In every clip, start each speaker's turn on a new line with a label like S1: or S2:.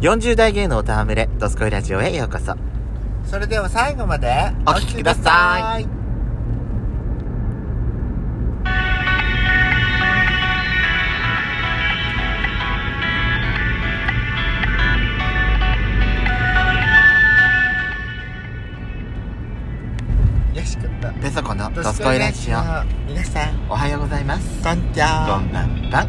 S1: 40代芸能たわむれ、ドスコイラジオへようこそ。
S2: それでは最後まで
S1: お聞きくださ
S2: いよしくんと
S1: ペソコのドスコイラジオ。
S2: 皆さん
S1: おはようございます。
S2: こんちゃ
S1: こんばんは。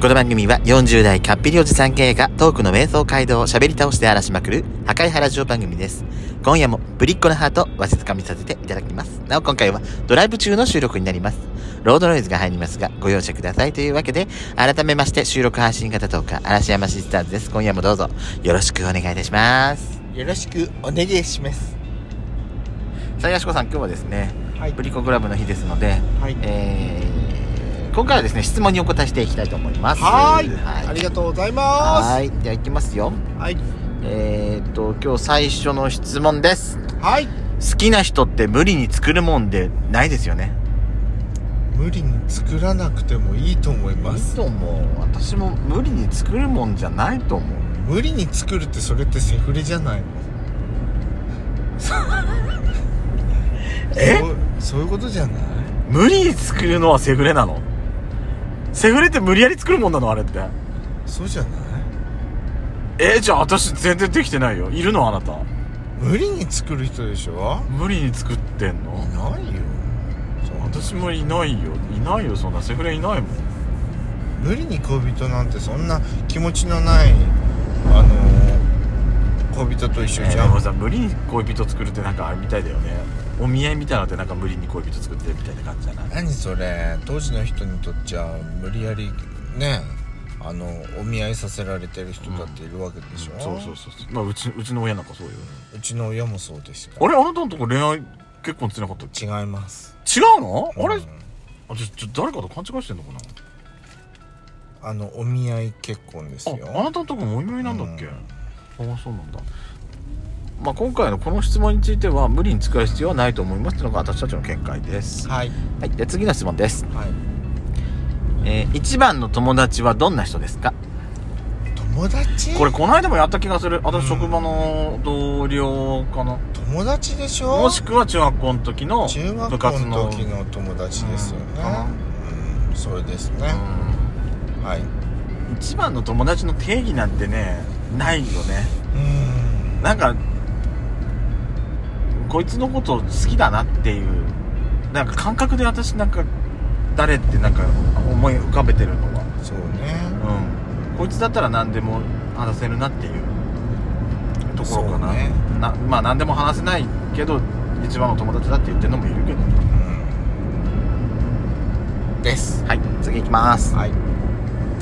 S1: この番組は40代かっぴりおじさん系がトークの瞑想街道を喋り倒して荒らしまくる破壊ハラジオ番組です。今夜もぶりっ子のハートをわしづかみさせていただきます。なお今回はドライブ中の収録になります。ロードノイズが入りますがご容赦くださいというわけで改めまして収録配信型トーカー嵐山シスターズです。今夜もどうぞよろしくお願いいたします。
S2: よろしくお願いします
S1: さあ、やしこさん今日はですね、
S2: はい
S1: ぶりっ子クラブの日ですので、
S2: はい
S1: えー、今回はですね質問にお答えしていきたいと思います
S2: はーい
S1: はい
S2: ありがとうございま
S1: はいでは行きますよ
S2: すはい
S1: えー、っと今日最初の質問です
S2: はい
S1: 好きな人って無理に作るもんでないですよね
S2: 無理に作らなくてもいいと思いま
S1: いい
S2: す
S1: と思う私も無理に作るもんじゃないと思う
S2: 無理に作るってそれってセフレじゃないの
S1: え
S2: そうそういうことじゃない
S1: 無理に作るのはセフレなのセフレって無理やり作るもんなのあれって
S2: そうじゃない
S1: えー、じゃあ私全然できてないよいるのあなた
S2: 無理に作る人でしょ
S1: 無理に作ってんの
S2: いないよそう
S1: 私もいないよいないよそんなセフレいないもん
S2: 無理に恋人なんてそんな気持ちのないあのー恋人と一緒
S1: えー
S2: じ
S1: で
S2: ゃん、
S1: もさ無理に恋人作るってなんかあれみたいだよねお見合いみたいなのってなんか無理に恋人作ってるみたいな感じじゃない
S2: 何それ当時の人にとっちゃ無理やりねあのお見合いさせられてる人だっているわけでしょ、
S1: そうそうそうそう、まあ、うちうちの親なんかそうよ
S2: うちの親もそうでした
S1: あれあなたのとこ恋愛結婚してなかったっけ
S2: 違います
S1: 違うのあれ、
S2: うん
S1: あちょちょ誰かと勘違いしてんのかな
S2: あのお見合い結婚ですよ
S1: ああなたのとこもお見合いなんだっけ、
S2: うん
S1: ああそうなんだまあ今回のこの質問については無理に使う必要はないと思いますというのが私たちの見解です、
S2: はい
S1: はい、で次の質問です、
S2: はい
S1: えー、一番の友達はどんな人ですか
S2: 友達
S1: これこの間もやった気がする私
S2: うん
S1: 職場の同僚かな、
S2: 友達でしょ
S1: もしくは中学校の時の
S2: 中
S1: 部
S2: 学校
S1: 活
S2: の
S1: の
S2: 時の友達ですよね
S1: うんかな
S2: うんそれですねはい
S1: うん一番の友達の定義なんてねないよね
S2: うん
S1: なんかこいつのこと好きだなっていうなんか感覚で私なんか誰ってなんか思い浮かべてるのは
S2: そうね
S1: うんこいつだったら何でも話せるなっていうところか
S2: そ
S1: な,、
S2: うね
S1: なまあ何でも話せないけど一番の友達だって言ってるのもいるけど
S2: うんです
S1: はい次いきます
S2: はい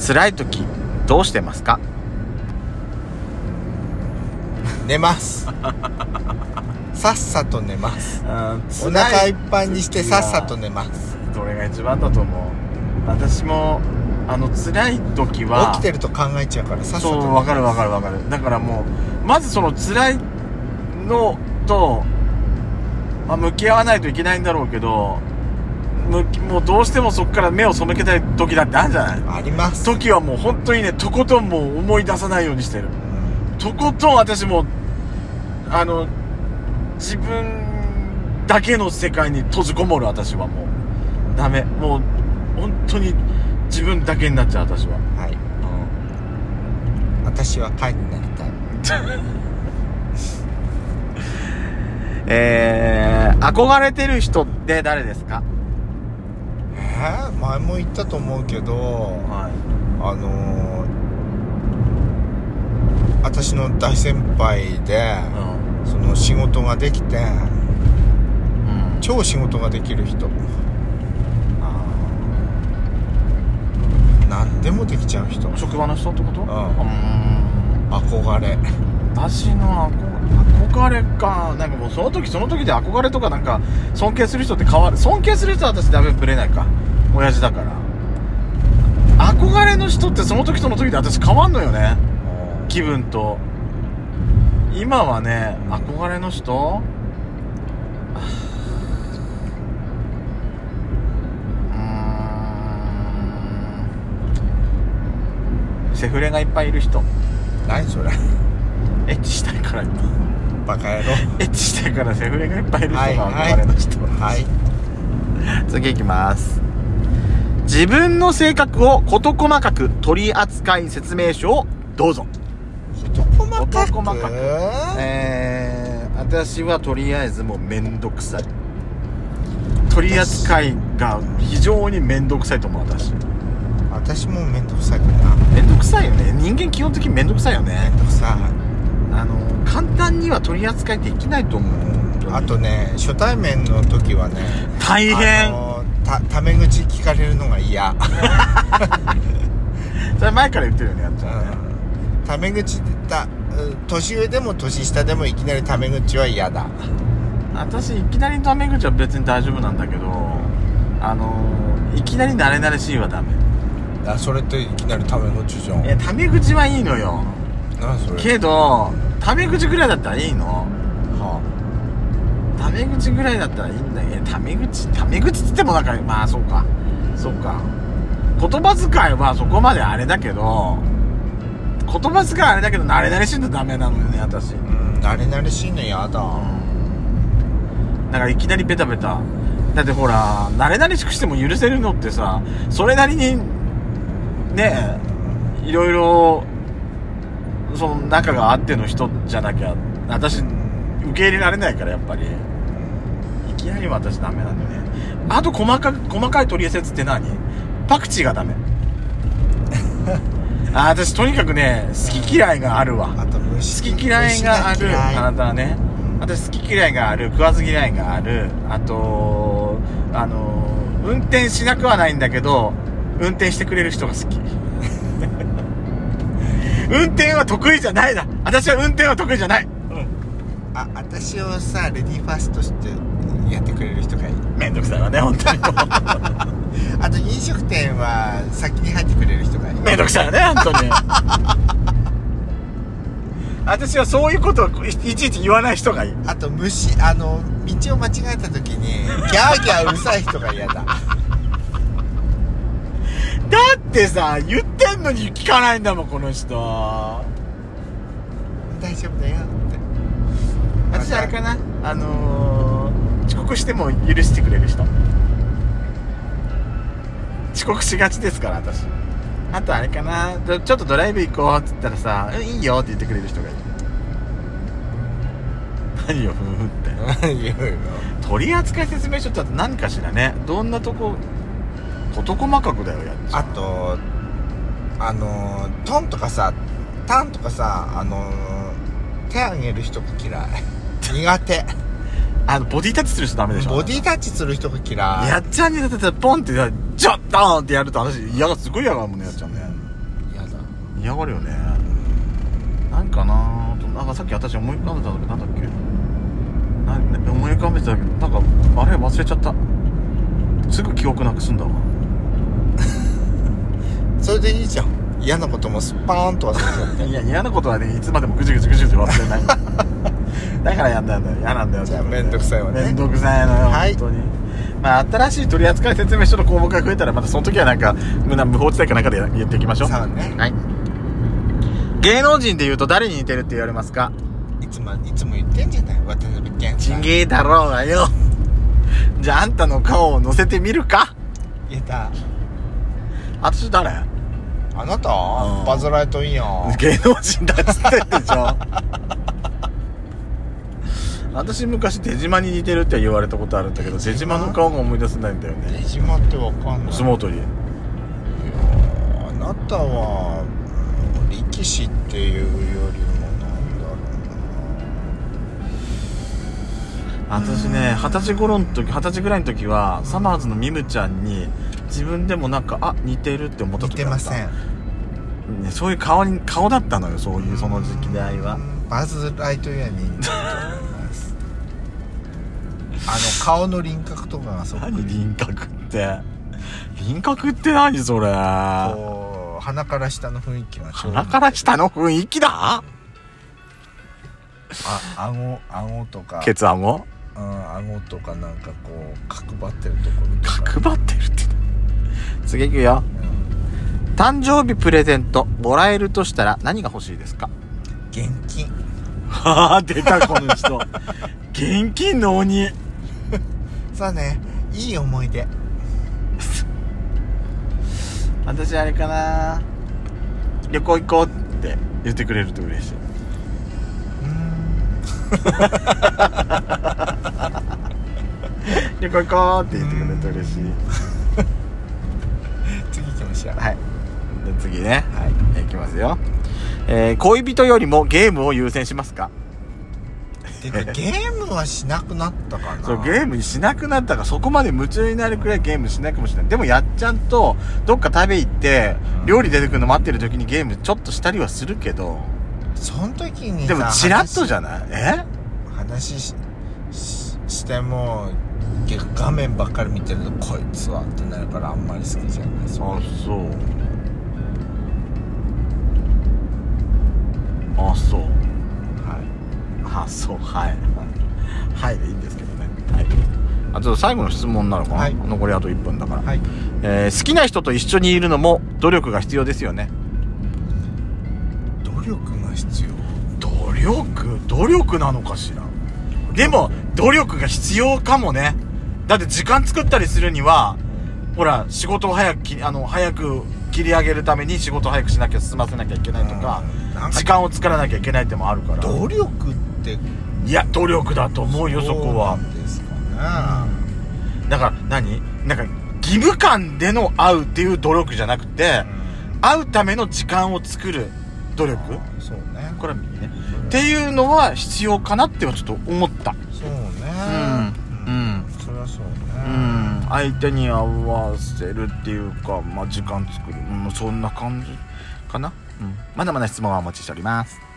S1: 辛い時どうしてますか
S2: 寝ますさっさと寝ますお
S1: お
S2: 腹いっぱいにしてさっさと寝ます
S1: どれが一番だと思う私もあの辛い時は
S2: 起きてると考えちゃうからさっさ
S1: そ
S2: と
S1: う
S2: 寝
S1: 分かる分かる分かるだからもうまずその辛いのと、まあ、向き合わないといけないんだろうけど向きもうどうしてもそこから目を背けたい時だってあるんじゃない
S2: あります
S1: 時はもう本当にねとことんもう思い出さないようにしてる
S2: うん
S1: とことん私もあの自分だけの世界に閉じこもる私はもうダメもう本当に自分だけになっちゃう私は、
S2: はい私は貝になりたい
S1: えー、憧れてる人って誰ですか
S2: えー前も言ったと思うけど
S1: はい
S2: あのー私の大先輩で
S1: うん、
S2: その仕事ができて
S1: うん、
S2: 超仕事ができる人何でもできちゃう人
S1: 職場の人ってことうんん
S2: 憧れ
S1: 私の憧憧れかなんかもうその時その時で憧れとかなんか尊敬する人って変わる尊敬する人は私ダメぶれないか親父だから憧れの人ってその時その時で私変わんのよね気分と今はね憧れの人はあうーんセフレがいっぱいいる人
S2: 何それ
S1: エッチしたいからいっぱい
S2: バカ野郎
S1: エッチしたいからセフレがいっぱいいる人
S2: はい
S1: が
S2: はい
S1: 憧れの人
S2: はい
S1: 次いきます自分の性格を事細かく取り扱い説明書をどうぞ
S2: 事細かく
S1: 事細かくえー、私はとりあえずもうめんどくさい取り扱いが非常にめんどくさいと思う私
S2: 私も面倒くさいかな
S1: めんどくさいよね人間基本的にめんどくさいよね
S2: 面倒くさい
S1: あの簡単には取り扱いできないと思う本当に
S2: あとね初対面の時はね
S1: 大
S2: あ
S1: 変
S2: のたタメ口聞かれるのが嫌
S1: それ前から言ってるよねやっちゃんね
S2: タメ口でたうん年上でも年下でもいきなりタメ口は嫌だ
S1: 私いきなりタメ口は別に大丈夫なんだけどあのいきなり慣れ慣れしいはダメ
S2: あそれっていきなりタメ口じゃ
S1: いやタメ口はいいのよ
S2: 何それ
S1: けどタメ口ぐらいだったらいいの
S2: は
S1: タメ口ぐらいだったらいいんだけどタメ口タメ口って言ってもなんかまあそうかそうか言葉遣いはそこまであれだけど言葉遣いはあれだけど慣れ慣れしいとダメなのよね私
S2: あうん慣れ慣れしいの嫌だ
S1: だからいきなりベタベタだってほら慣れ慣れしくしても許せるのってさそれなりにねえいろいろその仲があっての人じゃなきゃ私受け入れられないからやっぱりいきなりは私ダメなんだよねあと細かく細かい取説って何パクチーがダメあ私とにかくね好き嫌いがあるわ
S2: あと虫
S1: 好き嫌いがあ
S2: 虫
S1: る
S2: 嫌い
S1: あなたはね私好き嫌いがある食わず嫌いがあるあとあの運転しなくはないんだけど運転してくれる人が好き 運転は得意じゃないだ私は運転は得意じゃない
S2: あ私をさレディーファーストしてやってくれる人がいい
S1: めんどくさいわね本当に
S2: あと飲食店は先に入ってくれる人がいい
S1: めんどくさいわね本当に私はそういうことをいいちいち言わない人がいい
S2: あと虫あの道を間違えた時にギャーギャーうるさい人が嫌だ
S1: だってさ言ってんのに聞かないんだもんこの人
S2: 大丈夫だよって
S1: 私あれかなあのー、遅刻しても許してくれる人遅刻しがちですから私あとあれかなどちょっとドライブ行こうっつったらさ「うんいいよ」って言ってくれる人がいる何よふんふんって
S2: 言う よ
S1: 取扱説明書ってあと何かしらねどんなとこ事細かくだよやっちゃ
S2: あとあのトンとかさタンとかさあの手あげる人が嫌い苦手
S1: あのボディタッチする人ダメでしょ
S2: ボディタッチする人が嫌い
S1: やっちゃんにだってさポンってさちょっとーンってやると私嫌がすごい嫌がるもんねやっちゃんね
S2: やだ
S1: 嫌がるよねなんかなあとなんかさっき私思い浮かべた時なんだっけなな思い浮かべてたけどなんかあれ忘れちゃったすぐ記憶なくすんだわ
S2: それでいいじゃん嫌なこともスパーンと忘れちゃって
S1: いや嫌なことはねいつまでもぐじぐじぐじぐじ忘れない だからやんだんだよ嫌なんだよ
S2: じゃあめんどくさいわね
S1: めんどくさいのよ、
S2: はい
S1: 本当にまあ新しい取扱説明書の項目が増えたらまたその時はなんか無無法地帯かなんかで言っていきましょう
S2: さあね
S1: はい芸能人で言うと誰に似てるって言われますか
S2: いつもいつも言ってんじゃない渡辺謙
S1: ち
S2: さん
S1: んげえだろうがよじゃああんたの顔を乗せてみるか
S2: 言えた
S1: 私誰
S2: あなた、
S1: うん
S2: バズ・ライトインやん
S1: 芸能人だっつってんでしょ私昔出島に似てるって言われたことあるんだけど出島の顔が思い出せないんだよね
S2: 出島ってわかんない
S1: 相撲取り
S2: あなたはうん力士っていうよりもなんだろ
S1: 私ね二十歳頃の時二十歳ぐらいの時はサマーズのミムちゃんに自分でもなんかあ似てるって思
S2: う
S1: った
S2: な似
S1: 時
S2: て
S1: があ
S2: ま
S1: った
S2: せん
S1: ね、そういう顔に顔だったのよそういうその時期であいは
S2: バズ・ライトイヤー に似てると思いますあの顔の輪郭とかがそっく
S1: 何
S2: り
S1: 輪郭って輪郭って何それ鼻
S2: こう鼻から下の雰囲気がちょうど
S1: から下の雰囲気だ
S2: あ顎顎とか
S1: ケツ顎
S2: うん、顎とかなんかこう角張ってるところとか
S1: 角張ってるって次いくよ
S2: うん
S1: 誕生日プレゼントもらえるとしたら何が欲しいですか
S2: 現金
S1: はあ、出た、この人。現金の鬼。
S2: さあねいい思い出
S1: 私あれかな旅行行こうって言ってくれると嬉しい。旅行行こうって言ってくれると嬉しい。
S2: 次行きましょう
S1: はい。じゃあ次ね。
S2: はい
S1: いきますよ。えー恋人よりもゲームを優先しますか
S2: てかゲームはしなくなったか な
S1: そう、ゲームにしなくなったから、そこまで夢中になるくらいゲームしないかもしれない。でも、やっちゃんと、どっか食べ行って
S2: う、ん
S1: 料理出てくるの待ってる時にゲームちょっとしたりはするけど、
S2: その時に
S1: で
S2: さ
S1: も、チラッとじゃ
S2: ん
S1: ないえ
S2: 話しししても結構画面ばっかり見てるとこいつはってなるからあんまり好きじゃないそう
S1: あ、そう。あ、そう。
S2: はい
S1: あ、そう、はい。はいでいいんですけどね。はい。あ、ちょっと最後の質問なのかな、
S2: はい
S1: 残りあと1分だから。
S2: はい
S1: えー好きな人と一緒にいるのも努力が必要ですよね。
S2: 努力が必要
S1: 努力努力なのかしらでも努力が必要かもねだって時間作ったりするにはほら仕事を早くきあの早く切り上げるために仕事を早くしなきゃ進ませなきゃいけないとか
S2: うんなんか
S1: 時間を作らなきゃいけないってもあるから
S2: 努力って
S1: いや努力だと思うよそこは
S2: どうなんですかね
S1: だから何なんか義務感での会うっていう努力じゃなくて会うための時間を作る努力
S2: うんそうね
S1: これは右ねっていうのは必要かなってはちょっと思った
S2: そうね
S1: うんうん
S2: そりゃそうね
S1: うん相手に合わせるっていうか、まあ、時間作る、うん、そんな感じかな、うん、まだまだ質問はお待ちしております